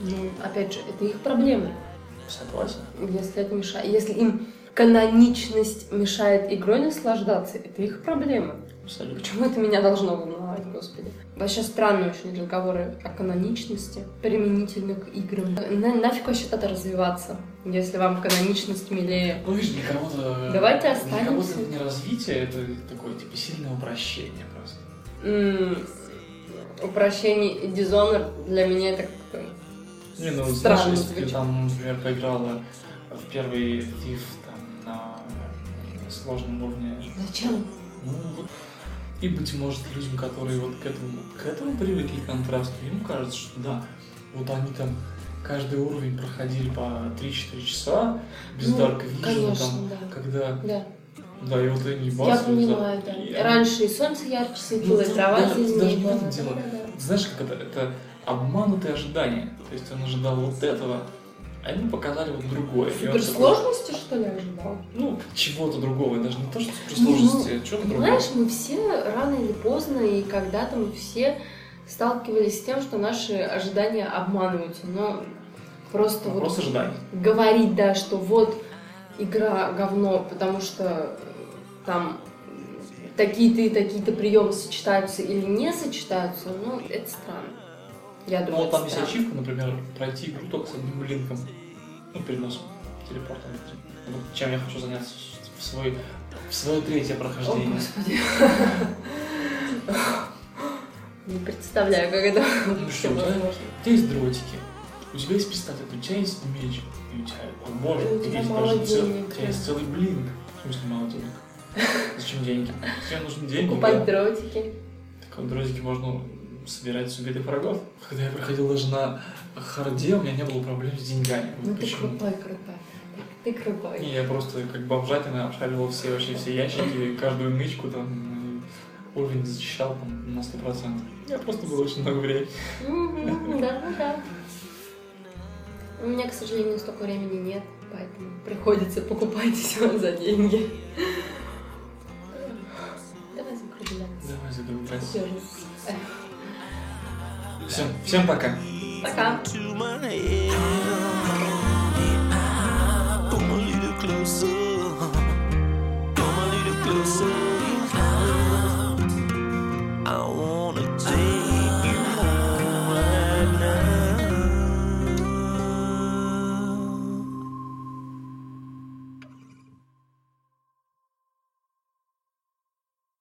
Ну, опять же, это их проблемы. Согласен. Если это мешает, если им каноничность мешает игрой наслаждаться, это их проблема. Абсолютно. Почему это меня должно волновать, господи? Вообще странные очень разговоры о каноничности, применительно к играм. На- нафиг вообще тогда развиваться, если вам каноничность милее. Ну, видишь, для кого-то... Давайте Для кого-то останемся. это не развитие, это такое, типа, сильное упрощение просто. М, Упрощение и дизонор для меня это как-то... Не, ну, Странно знаешь, если ты звучит. там, например, поиграла в первый Thief, там, на сложном уровне Зачем? Ну, вот. И, быть может, людям, которые вот к этому, к этому привыкли, к контрасту, им кажется, что да, вот они там каждый уровень проходили по 3-4 часа, без Ну, Dark Vision, Конечно, там, когда, да. Да. да, и вот они Я бац, вот понимаю, так, да. и они- Раньше и солнце ярче светило, Ну, и трава даже- зеленее даже не была. в этом дело. Да-да-да. Знаешь, как это, это обманутые ожидания, то есть он ожидал вот этого, а ему показали вот другое. И он такой, Суперсложности, что ли, ожидал? Ну, чего-то другого, даже не то, что суперсложности, а чего-то другого. Ну, Понимаешь, мы все рано или поздно, и когда-то мы все сталкивались с тем, что наши ожидания обманываются. Но просто вот Вопрос ожиданий. говорить, да, что вот игра говно, потому что э, там такие-то и такие-то приемы сочетаются или не сочетаются, ну, это странно. Я Ну, думаю, вот там это есть странно. ачивка, например, пройти игру только с одним линком. Ну, переносом. телепортом. Вот чем я хочу заняться в свой в свое третье О, прохождение. господи. Не представляю, как это вообще что, да? возможно. У тебя есть дротики, у тебя есть пистолет, у тебя есть меч, и у тебя, о боже, И у ты тебя есть мало даже цел- денег. у тебя есть целый блин. В смысле мало денег? Зачем деньги? Тебе нужны деньги, Покупать да. дротики. Так вот, дротики можно собирать с убитых врагов. Когда я проходил даже на харде, у меня не было проблем с деньгами. Вот Ну ты почему. крутой, крутой. Ты крутой. Не, я просто как бомжатина обшаривал все вообще все ящики, каждую нычку там и уровень зачищал там, на 100%. Я просто был очень много времени. Мгм, Да, ну да. У меня, к сожалению, столько времени нет, поэтому приходится покупать все за деньги. Давай закругляться. Давай закругляться. Всё же. Эх, Всем, всем пока. Пока. to my head. Come a little closer. Come a little closer. I want.